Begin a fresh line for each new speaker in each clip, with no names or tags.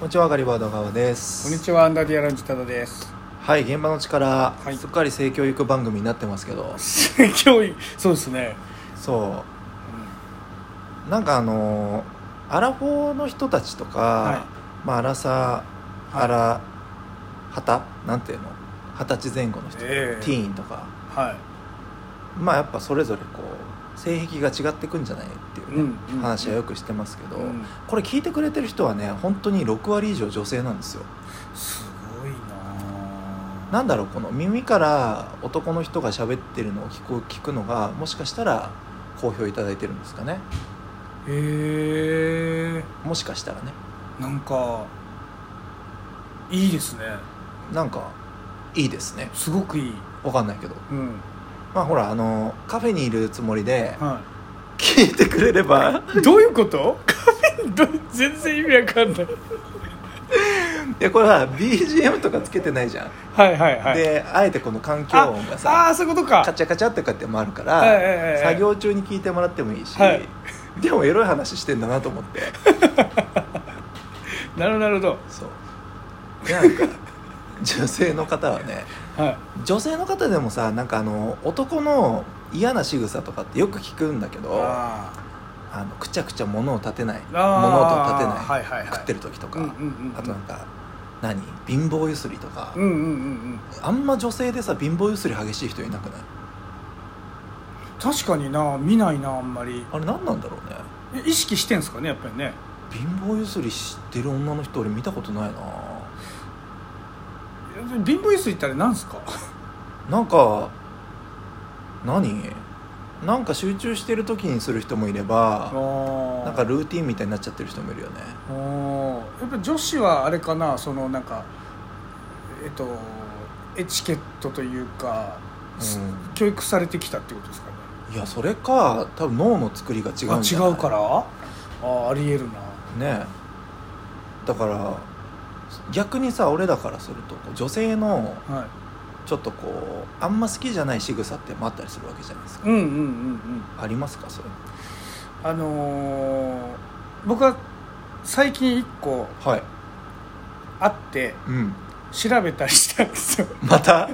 こんにちは、ガリバード川です。
こんにちはアンダーディアランジタダです。
はい、現場の力、
はい
すっかり性教育番組になってますけど、
今日そうですね。
そう、なんかあのーアラフォーの人たちとか、
は
まあ、アラサー、
はい
アラ、ハタなんていうの二十歳前後の人、
ええ
ティーンとか、
は
まあやっぱそれぞれこう、性癖が違ってくんじゃないっていう
い。
ね、話はよくしてますけど、
うん
これ聞いてくれてる人はね、本当に6割以上女性なんですよ。
すごいな。
なんだろうこの耳から男の人が喋ってるのを聞く聞くのがもしかしたら好評いただいてるんですかね
え
もしかしたらね
ー、なんかいいですね。
なんかいいですね
すごくいい。
わかんないけど
うん。
まあほらあのカフェにいるつもりで
は
聞いてくれれば
い。どういうこと？ ど全然意味わかんない。
いやこれは BGM とかつけてないじゃん、
はいはいはい。
であえてこの環境音が
あ
さ
あーそういうことか。
カチャカチャってかってもあるから、
はいはいはいはい
作業中に聞いてもらってもいいし、
はい
でもエロい話してんだなと思って
なるほどなるほど。
そうでなん か女性の方はね
は
女性の方でもさなんかあの男の嫌な仕草とかってよく聞くんだけ
い。
どあ
あ
のくちゃくちゃ物を立てない
ー
物音を立てない、
はいはいはい。
食ってる時とか、
うんうんうん。
あとなんか何貧乏ゆすりとか、
うんうんうんうん。
あんま女性でさ貧乏ゆすり激しい人いなくない
確かにな見ないなあんまり
あれ何なんだろうね
え意識してんすかねやっぱりね
貧乏ゆすりしてる女の人俺見たことないな
貧乏ゆすりってあれなんすか
なんか何なんか集中してる時にする人もいれば
あ
なんかルーティンみたいになっちゃってる人もいるよね
おーやっぱ女子はあれかなそのなんかえっとエチケットというか、す
うん
教育されてきたってことですかね
いやそれか多分脳の作りが違うんじゃな
あ
い
違うからあーありえるな
ねえだから逆にさ俺らからするとこう女性の
はい
ちょっとこうあんま好きじゃない仕草ってもあったりするわけじゃないですか、
うんうんうんうん
ありますかそれ
あのー僕は最近一個
はい
あって
うん
調べたりしたんですよ
ま た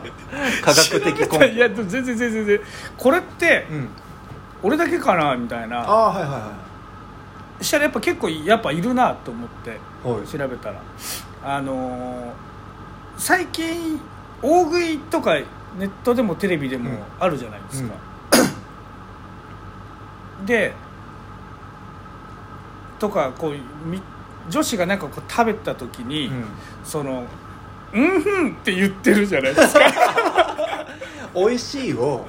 科学的
調べた いやでも全然全然全然これって
うん
俺だけかなみたい
あ
な
あはいは
したらやっぱ結構やっぱいるなと思って
いはいはい
調べたらあのー最近大食いとかネットでもテレビで
うん
もあるじゃないですか、 でとかこうみ女子がなんかこう食べた時に、
うん
その「うんふん」って言ってるじゃな いですか
美味しいを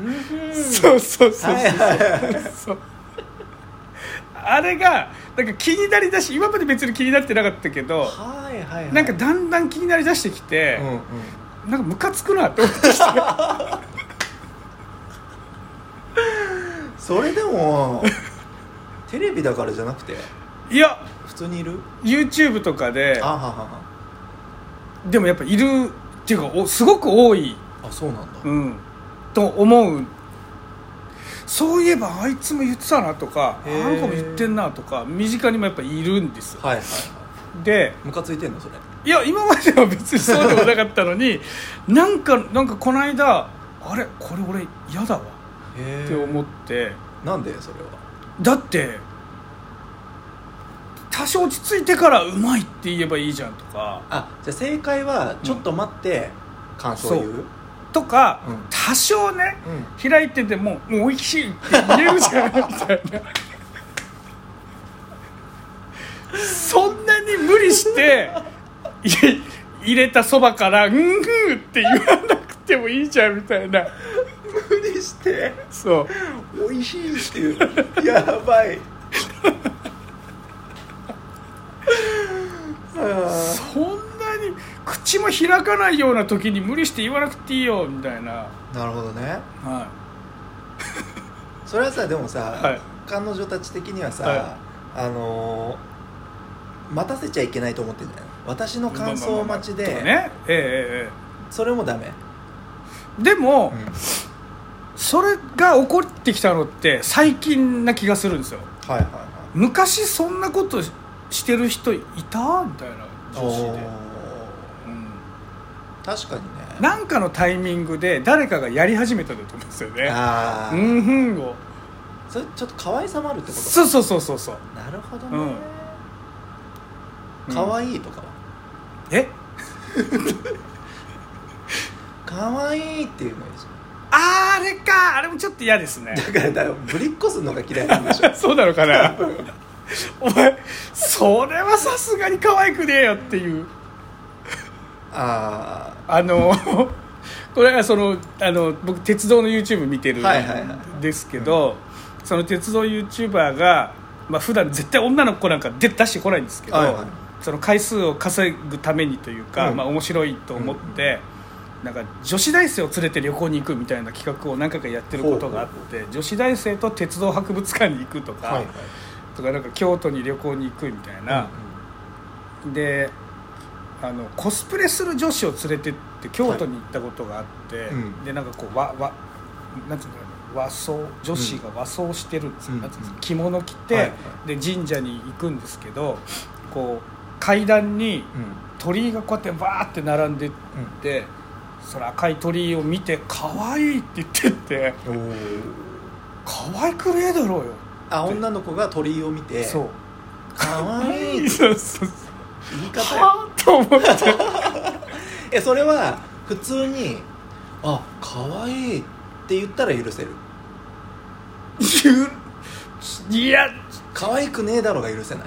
うん
そうそうそうそう、
はいはいはい
そうあれがなんか気になりだし今まで別に気になってなかったけど
はいはいはい
なんかだんだん気になりだしてきて
うん、うん
なんかムカつくなって思ってきた
それでもテレビだからじゃなくて
いや
普通にいる
YouTube とかで
あはは
でもやっぱいるっていうかおすごく多い、
はあそうなんだ、
うん、と思うそういえばあいつも言ってたなとか
へ
あ
ー
の子も言ってんなとか身近にもやっぱいるんですよ
はいはいはい
で
ムカついてんのそれ
いや今までは別にそうでもなかったのになんかなんかこの間あれこれ俺嫌だわ
へ
って思って
なんでそれは
だって多少落ち着いてからうまいって言えばいいじゃんとか
あじゃあ正解はちょっと待って、感想を言う
そとか、
うん
多少ね
うん
開いてても「もう美味しい」って言えるじゃんみたいな そんなに無理してい入れたそばから「うんふん」って言わなくてもいいじゃんみたいな
無理して
そう
美味しいっていう やばいあ
そんなに口も開かないような時に無理して言わなくていいよみたいな
ーなるほどね
は
それはさでもさ、
はい
彼女たち的にはさ、
は
あのー待たせちゃいけないと思ってんじゃない私の
い
感想待ちで、
とかねえええ
それもダメ、
えええで
う
も、
ん
それが起こってきたのって最近な気がするんですよ
はいはいは
昔そんなことししてる人いたみたいな女子で、うん、
確かにね
なんかのタイミングで誰かがやり始めたんだと思うんですよね
ああ、
うんふんを
それちょっと可愛さもあるってこと
そうそうそうそうそう
なるほどね、
うん
可愛いとかは
え
可愛いっていうのいいじゃ
あれかあれもちょっと嫌ですね
んだからだよぶりっこするのが嫌いなんでしょ
そうなのかな お前それはさすがに可愛くねえよっていう
あ
あの これはそのあの僕鉄道の YouTube 見てる
はいはいは
んですけど、その鉄道 YouTuber が、まあ普段絶対女の子なんか出出してこないんですけど、
はいはい
その回数を稼ぐためにというか、
うん
まあ面白いと思って、なんか女子大生を連れて旅行に行くみたいな企画を何回かやってることがあっ
ほう
て女子大生と鉄道博物館に行くと
あ
か,、
はいはい
とかなんか京都に旅行に行くみたいな。であのコスプレする女子を連れてって京都に行ったことがあって、
うん
でなんかこうわわなんていうのかな和装女子が和装してるんですよ、
うん
なんていうんですか着物着て、
はいは
で神社に行くんですけどこう階段に
うんうん
鳥居がこうやってバーって並んでって、その赤い鳥居を見て「可愛いって言ってって
うんうんおー
「可愛くねえだろうよ」
あ女の子が鳥居を見て
そう
可愛いって
そうそうそう
言い方よ
はあと 思って
えそれは普通に「あ可愛いって言ったら許せる
ゆいや
「可愛くねえだろ」が許せない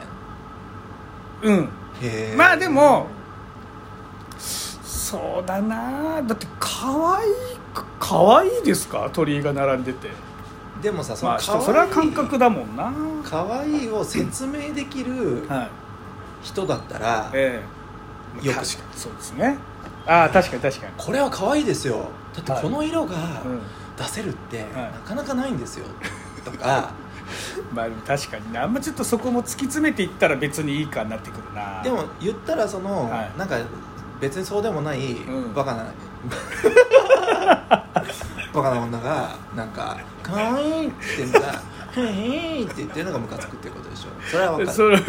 うん
へえ
まあでもそうだなだって可愛い可愛いですか鳥居が並んでて
でもさそ
ま
の
あ
可愛い、
それは感覚だもんな
可愛いを説明できる
はい
人だったら、
ええ
よく
確かにそうですねああ確かに確かに
これは可愛いですよだって
はい
この色が
うん
出せるって
はい
なかなかないんですよ、とか
まあでも確かになあんまちょっとそこも突き詰めていったら別にいいかになってくる な
でも言ったらその、
はい
なんか別にそうでもない、
うん
バ カなバカな女がなんか「可愛いって言うのが「へへーって言ってるのがムカつくってことでしょそれは分かる
それ
あ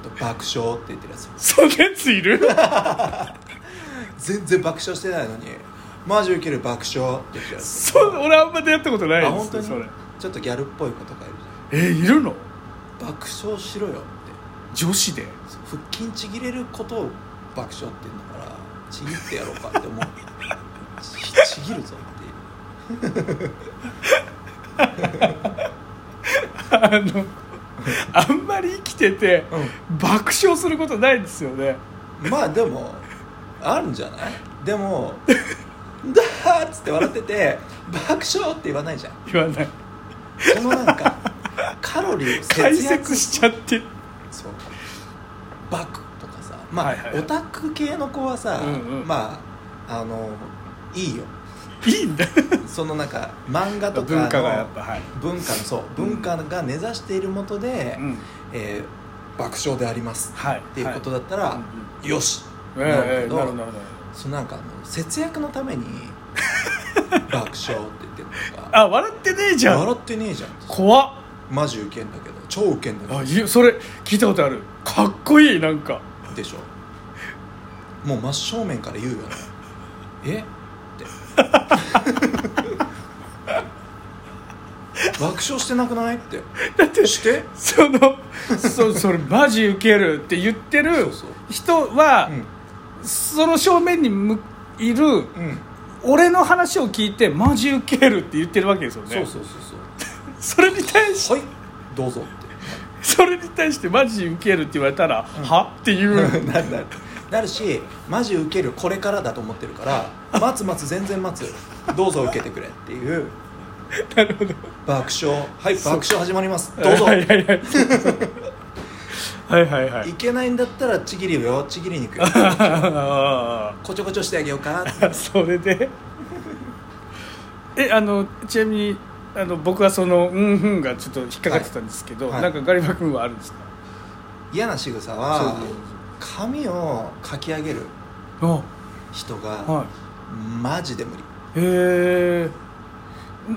と爆笑って言ってるやつ
そんなやつ いる
全然爆笑してないのにマジウケる爆笑って言ってるやつ
そう俺あんま出会ったことない
あ
で
本
す
当
ね
に
それ
ちょっとギャルっぽい子とかいる
えいるの
じゃん爆笑しろよって
女子で
そう腹筋ちぎれることを爆笑って言うんだからちぎってやろうかって思うちちぎるぞっていう
あのあんまり生きてて、爆笑することないんですよね
まあでもあるんじゃないでも「だー」っつって笑ってて「爆笑」って言わないじゃん
言わない
そのなんかカロリーを
解
節約
説しちゃって
そうバクとかさまあ、
はいはいはい
オタク系の子はさ、
うんうん
まああのいいよ
いいんだ
そのなんか漫画とかの
文化がやっぱはい、
文化のそう文化が根ざしているもとで、
うん、
えー爆笑であります
はい
っていうことだったら、
はいうん
よし
うん
なる
え
け
え
ど
なるほどなるほど
そのなんかあの節約のた めに爆笑って言ってるとか
あ笑ってねえじゃん
笑ってねえじゃん
怖っ
マジウケんだけど超ウケんだけ
あ
ど
いやそれ聞いたことあるかっこいいなんか
でしょもう真正面から言うよねえって 爆笑してなくないってだってして
そのそそれマジウケるって言ってる
そうそう
人は
うん
その正面にむいる
うん
俺の話を聞いてマジウケるって言ってるわけですよね
そうそうそう
それに対し
そうはいどうぞって
それに対してマジウケるって言われたら、はっていう
なるなるなるしマジウケるこれからだと思ってるから待つ待つ全然待つどうぞ受けてくれっていうなる ほど爆笑はい爆笑始まりますどうぞ、、
はいいはいはいはいはいはい
けないんだったらちぎるよちぎりに行 くよ
あ
こちょこちょしてあげようか
ー それでえあのちなみにあの僕はその「うんふん」がちょっと引っかかってたんですけど、
はいは
ないんかガリバ君はあるんですか
嫌な仕草
そう
は
そうそう
髪をかき上げる
あ
人が
はい
マジで無理
へえ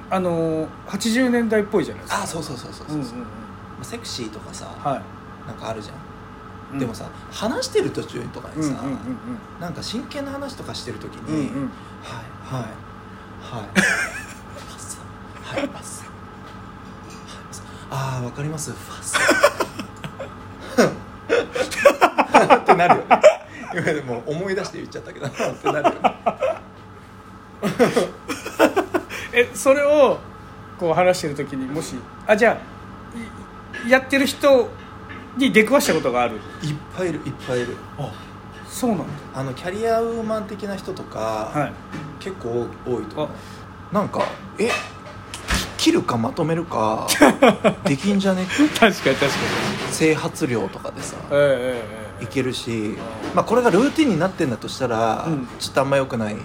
あの80年代っぽいじゃないですか
あそうそうそうそう
う
そ
んう
うん
うん
セクシーとかさ
はい
なんかあるじゃ
うん
んでもさ話してる途中とか
う
に
んうん
さなんか真剣な話とかしてる時
うんうん
に
うん
「はいはいはいパスはいパスはいパスああわかりますファス」ってなるよね今でも思い出して言っちゃったけどってなるよね
えそれをこう話してる時にもしあじゃあいやってる人に出くわしたことがある
いっぱいいるいっぱいいる
あそうなんだ
あのキャリアウーマン的な人とか、
はい
結構多いと思
あ
うなんかえ切るかまとめるかできんじゃ ね
確かに確かに
整髪量とかでさ
えええええ
いけるし、まあ、これがルーティンになってんだとしたら、
うん
ちょっとあんまよくない
え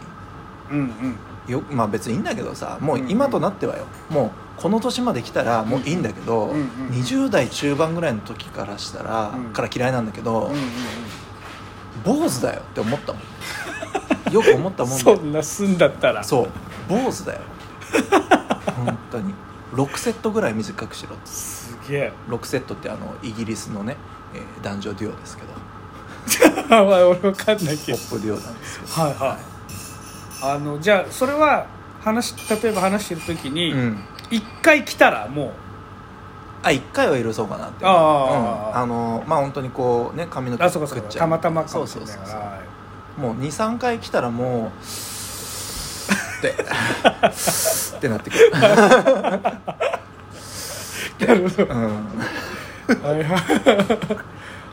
うんうん
よまあ別にいいんだけどさもう
うん
今となってはよ、もうこの年まで来たらもういいんだけど、
うんうん
20代中盤ぐらいの時からしたら、
うん
から嫌いなんだけど、
うんうん
坊主だよって思ったもんよく思った
うん
もんだ
そ
よ
んなすんだったら
そう坊主だよ本当に6セットぐらい短くしろっつって
すげえ
6セットってあのイギリスのね、えー男女デュオですけど
まあ俺わかんないけ
ポ
ど
ップデュオなんですけど
はいはいあのじゃあそれは話例えば話してる時に
うん
一、回来たらもう
あ1回は許そうかなって
ああ
うん、あのまあ本当にこうね髪の毛
あそうか
食
そう
っ
か
ちゃう
たまたまかもしれない
そう
か
そうそう
らは
そうもう23回来たら もうってってなってくる、
いなるほど
うん、
はいはい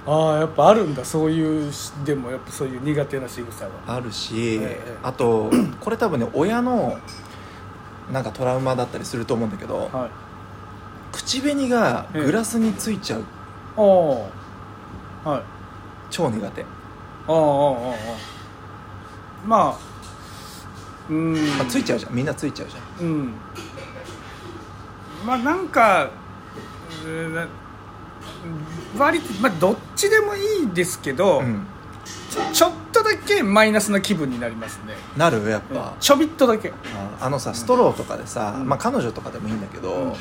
ああやっぱあるんだそういうしでもやっぱそういう苦手な仕草が
あるし、
ええ
あとこれ多分ね親のなんかトラウマだったりすると思うんだけど、
はい
口紅がグラスについちゃう
ああはい
超苦手、
ああああああまあうーん、
まあ、ついちゃうじゃんみんなついちゃうじゃん
うんまあなんかうーな割とまあどっちでもいいですけど、
うん
ちょちょっとだけマイナスな気分になりますね
なるやっぱ、
ちょびっとだけ
ああのさストローとかでさ、
うん
まあ、彼女とかでもいいんだけど、
うん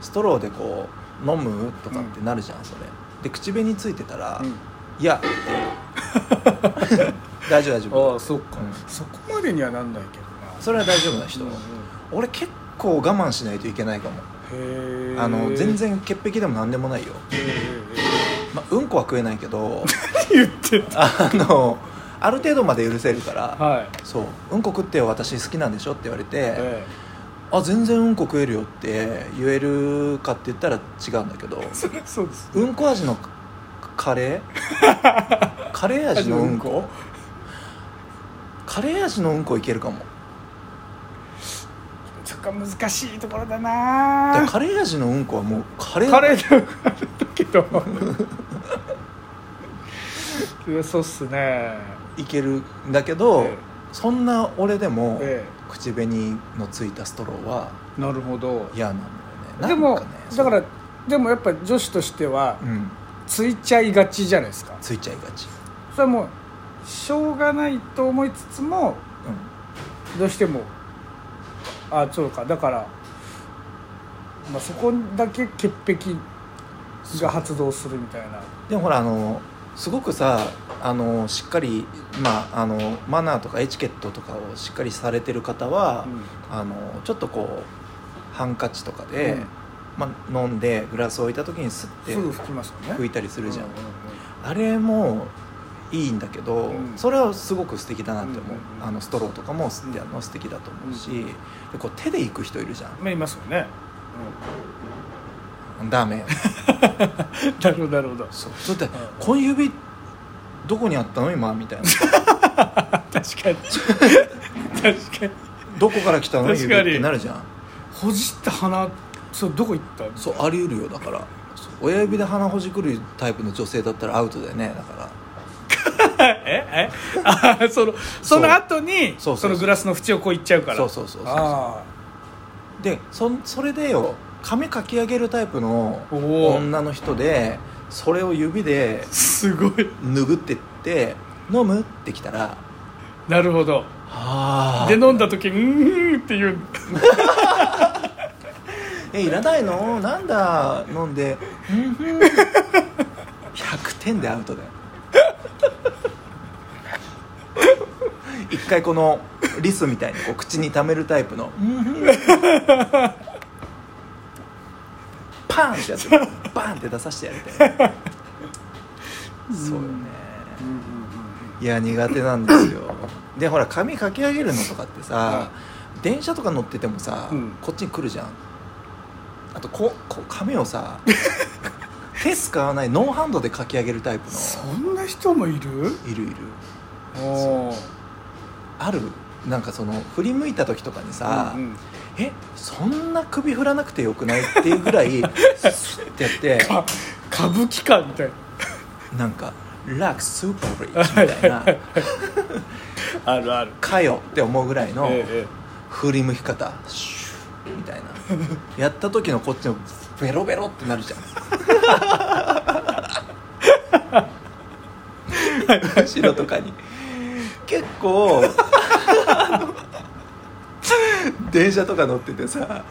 ストローでこう飲むとかってなるじゃんそれで口紅ついてたら「
うん
いや」って大丈夫 大丈夫
あそっか
うん
そこまでにはなんないけどな
それは大丈夫な人、
うんうん
俺結構我慢しないといけないかも
へえ
あの全然潔癖でも何でもないよ、まあ、うんこは食えないけ ど
言ってた
あのある程度まで許せるから
はい
そう「うんこ食ってよ私好きなんでしょ」って言われて、
え
あ全然うんこ食えるよって言えるかって言ったら違うんだけど
えそりゃそうです
うんこ味のカカレ ーカレー味のうんこカレー味のうんこいけるかも
そっか難しいところだ
だから
な
カレー味のうんこはもうカレー
カレーだけどいやそうっすね
いけるんだけど、
ええ
そんな俺でも、
え
口紅のついたストローは
えなるほど
嫌なんだよね
でも
なんね
だから
そう
でもやっぱ女子としては
うん
ついちゃいがちじゃないですか
ついちゃいがち、
それはもうしょうがないと思いつつもどうしてもあそうかだから、まあ、そこだけ潔癖が発動するみたいな
うん、でもほらあのすごくさあのしっかり、まあ、あのマナーとかエチケットとかをしっかりされてる方は、あのちょっとこうハンカチとかで、
うん
まあ、飲んでグラスを置いた時にスッて
すぐ拭きますよね
拭い
て
たりするじゃん、
う
あれもいいんだけど、
うん
それはすごく素敵だなって思う、
うんうんうん
あのストローとかもすあの素敵だと思うし、でこう手で行く人いるじゃ
んまあいますよね、
んダ メよ
うん、なるほどなるほど
そうそれって小指どこにあったの今みた いな
確かに 確かに
どこから来たの
確か
指
に
ってなるじゃん
ほじった鼻そうどこ行った
そうあり得るよだからそう親指で鼻ほじくるタイプの女性だったらアウトだよねだから
ええあそのその後に
そそうそ
そう
う
のグラスの縁をこう行っちゃうから
そうそうそうそう
あ
でそそれでよ髪かき上げるタイプの
おー
女の人でそれを指で
あすごい
拭ってって飲むってきたら
なるほど
あ
で飲んだ時「うーん」っていう
えいらないのなんだ飲んでうんうんいや県でアウトだよ一回このリスみたいにこう口に溜めるタイプのパンってやつバンって出させてやりたいそうよねいや苦手なんですよでほら髪かき上げるのとかってさ
は
電車とか乗っててもさ、
うん
こっちに来るじゃんあとここ髪を さ手使わないノンハンドでかき上げるタイプ
そ
の
んな人もいる
いるいる
おー
あるなんかその振り向いた時とかにさ、
うんうん
えそんな首振らなくてよくないっていうぐらいスッてやって
か歌舞伎館みたいな
なんか「ラックスーパーリッチ」みたいな
あるある
「かよ」って思うぐらいの
えええ
振り向き方シューみたいな やった時のこっちのベロベロってなるじゃん後ろとかに結構 あの電車とか乗っててさ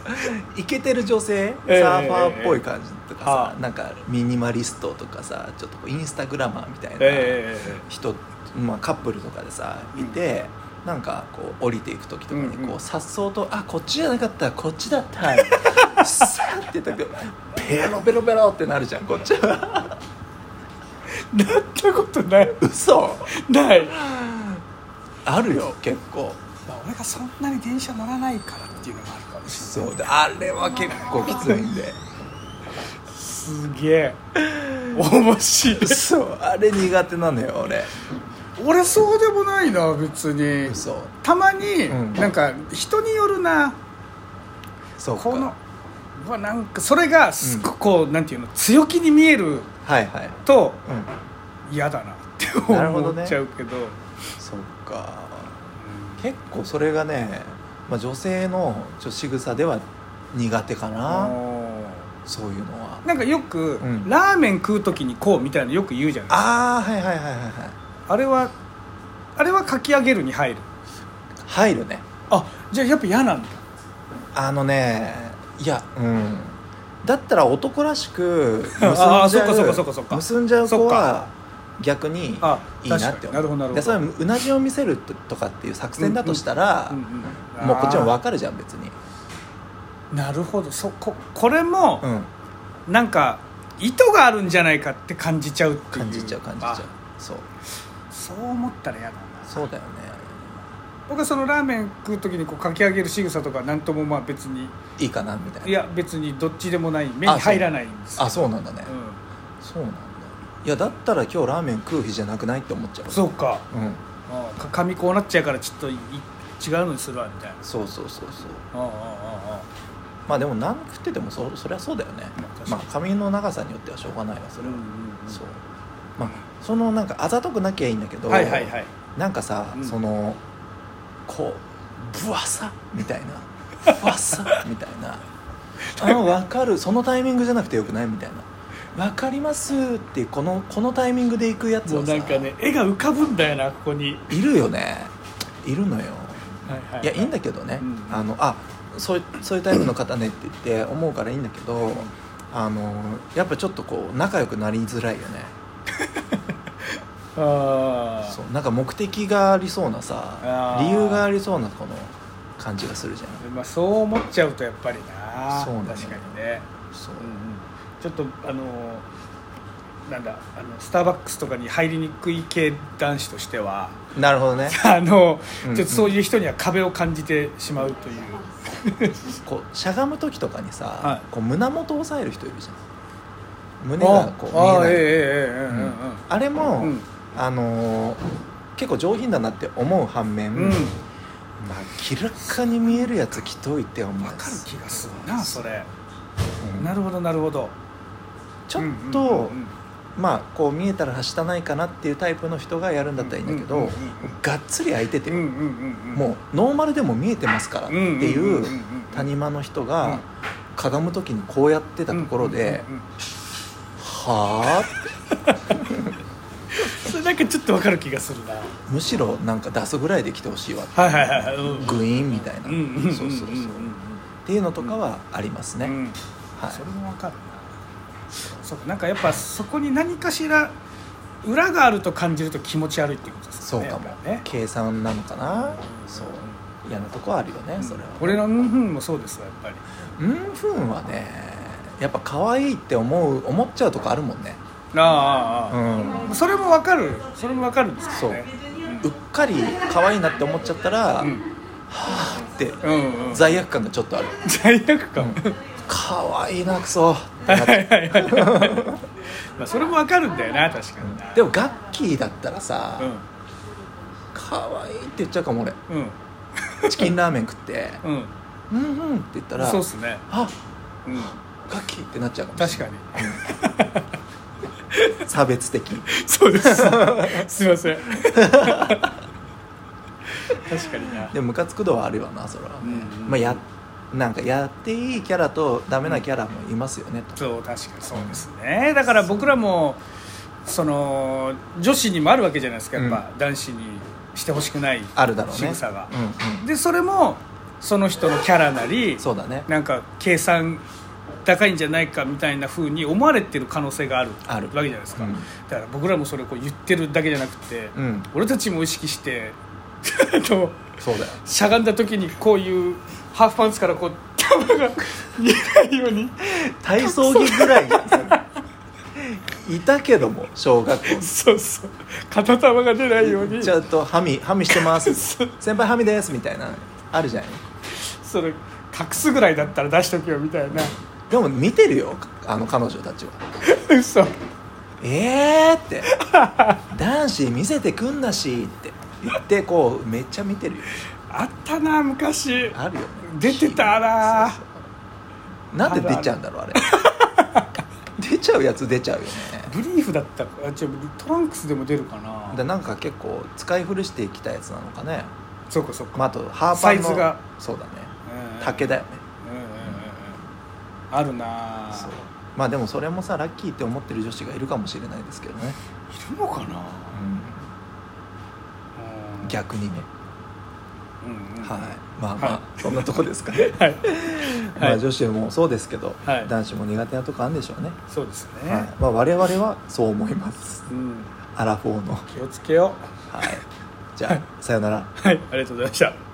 イケてる女性サ
ええ
ーファーっぽい感じとか
え
さ
え、ええ
なんかミニマリストとかさちょっとこうインスタグラマーみたいな、
えええええ
人、まあ、カップルとかでさいて、なんかこう降りていく時とかに
うん
こ
うん
うさっそうと「あこっちじゃなかったこっちだ った」さーって言ったけどベロベロベロってなるじゃんこっちは
えなったことない
嘘
ない
あるよ結構
まあ、俺がそんなに電車乗らないからっていうのもあるかもし
そうであれは結構きついんで
れないすげえ面白い
嘘あれ苦手なのよ俺
俺そうでもないな別に
嘘
たまに、
うん
なんか人によるな
そうか
このうわなんかそれがすっごくこう、なんていうの強気に見える
はいはい
と
うん
嫌だなって
なるほど
思
ね
っちゃうけど
そっか結構それがね、まあ、女性のちょ仕草では苦手かな
あ
そういうのは
ーなんかよく、
うん
ラーメン食う時にこうみたいなのよく言うじゃない
ああはいはいはいはいはい
あれはあれはかき上げるに入る
入るね
あじゃあやっぱ嫌なんだ
あのねいやうんだったら男らしく結んじ
あ
ゃ
あ
う
そっかそっかそっかそっか
結んじゃう子
そっ
は逆に
あ
いいなって思う
確かになるほどなるほど
でそれはうなじを見せるとかっていう作戦だとしたら、
うんうん
もうこっちも分かるじゃん別に
なるほどそここれも
う、ん
なんか意図があるんじゃないかって感じちゃうっていう
感じちゃう感じちゃうそう
あそう思ったら嫌だな
そうだよね
僕はそのラーメン食う時にこうかき上げる仕草とかなんともまあ別に
いいかなみたいない
や別にどっちでもない目に入らないんです
あそうなんだね、
う
そうなんだいやだったら今日ラーメン食う日じゃなくないって思っちゃうん
そうか
うん
ああか髪こうなっちゃうからちょっとい違うのにするわみたいな
そうそうそうそう
ああああああ
まあでも何食っててもそそりゃそうだよね
まあ確かに
まあ髪の長さによってはしょうがないわそれは、
うんうんうん
そうまあそのなんかあざとくなきゃいいんだけど、
はいはいはい
なんかさ、
うん
そのこうぶわさみたい なぶわさみたいなあわかるそのタイミングじゃなくてよくないみたいなわかりますっていうこのこのタイミングで行くやつ
もう
はさ
なんかね絵が浮かぶんだよなここに
いるよねいるのよ
はいはい
やいいんだけどね、
うん
あのあそういうそういうタイプの方ねって言って思うからいいんだけどあのやっぱちょっとこう仲良くなりづらいよね
ああ
そうなんか目的がありそうなさ
あー
理由がありそうなこの感じがするじゃん
まあ、そう思っちゃうとやっぱりな
そうなんだよ
確かにね、
そううん
うん、ちょっとあのーなんだあのスターバックスとかに入りにくい系男子としては
なるほどね
あの
うんうん
ちょっとそういう人には壁を感じてしまうという、
こうしゃがむ時とかにさ、
はい
こう胸元を押さえる人いるじゃん胸が
あ
こう見
あ
えない
ええええええ
う
うんんうん
あれも、
うん
あの結構上品だなって思う反面、
うん
まあ明らかに見えるやつ着といてお前
分かる気がするなそれ、
うん
なるほどなるほど
ちょっと、
うんうんうんうん
まあこう見えたらはしたないかなっていうタイプの人がやるんだったらいいんだけど、
うんうんうん
がっつり空いてて、
うんうんうん
もうノーマルでも見えてますからってい
んうんうん
う
うんうん
谷間の人
う
が
ん
かがむ時にこうやってたところで
うんうんうんうん
「はあ?」って
それなんかちょっと分かる気がするなは
むしろなんか出すぐらいで来てほしいわって
いはいはい、うん
グイーンみたいな、
うんうんうんうんうん
そうそうそうっていうのとかはありますね、
うん
はい
それもわかるなそうかなんかやっぱそこに何かしら裏があると感じると気持ち悪いっていうことです
そ
よ
う
ね
かも
やっぱりね
計算なのかなそう嫌なとこはあるよねそれは
俺のうんふんもそうですわやっぱり
うんふんはねやっぱ可愛いって思う思っちゃうとこあるもんね
あああ
う
ああ
ん
あ、それもわかるそれもわかるんですけどね
うっかり可愛いなって思っちゃったら、
うん
はあって
うんうん
罪悪感がちょっとある
罪悪感、
可愛いなクソってなっ
はい
て
はいはいはいまあそれもわかるんだよな確かにな
でもガッキーだったらさ、
う
可愛いって言っちゃうかも俺
んうん
チキンラーメン食って
う
「
ん
うんうん」って言ったら
そうっすね
あ
うん
ガッキーってなっちゃうかも
確 かに
に差別的
そうですすいません確かにな
でもムカつく度はあるよなそれは、
うんうん
まあ、やなんかやっていいキャラとダメなキャラもいますよねと
そう確かにそうですねだから僕らもその女子にもあるわけじゃないですかやっぱ、男子にしてほしくない
あるだろうね
仕草が
うんうん
でそれもその人のキャラなり
そうだね
なんか計算高いんじゃないかみたいなふうに思われてる可能性がある
ある
わけじゃないですか、
うん
だから僕らもそれをこう言ってるだけじゃなくて、
うん
俺たちも意識して あの
そうだよ
しゃがんだ時にこういうハーフパンツからこう頭が見えないように
体操着ぐらいいたけども小学校
そうそう片玉が出ないように
ちゃんとはみはみしてます
そう
先輩はみですみたいなあるじゃない
それ隠すぐらいだったら出しとけよみたいな
でも見てるよあの彼女たちは
嘘
えーって男子見せてくんなしって言ってこうめっちゃ見てるよ
あったな昔
あるよね
出てたな
そうそうなんで出ちゃうんだ ろうあれ出ちゃうやつ出ちゃうよね
ブリーフだったかあ違うトランクスでも出るかな
でなんか結構使い古してきたやつなのかね、
そうかそうか、
まあ、あとハーパンの
サイズが
そうだね
うん
竹だよね
うんうんうんうんあるな
そうまあでもそれもさラッキーって思ってる女子がいるかもしれないですけどね、
いるのかな、うん、
逆にね、
うんうん
はいまあまあ、
は
そんなとこですかね
はい
まあ女子もそうですけど、
はい
男子も苦手なとこあるんでしょうね、
そうですね、
はいまあ、我々はそう思います
うん
アラフォーのは
気をつけよ
いじゃあさよなら
うはいありがとうございました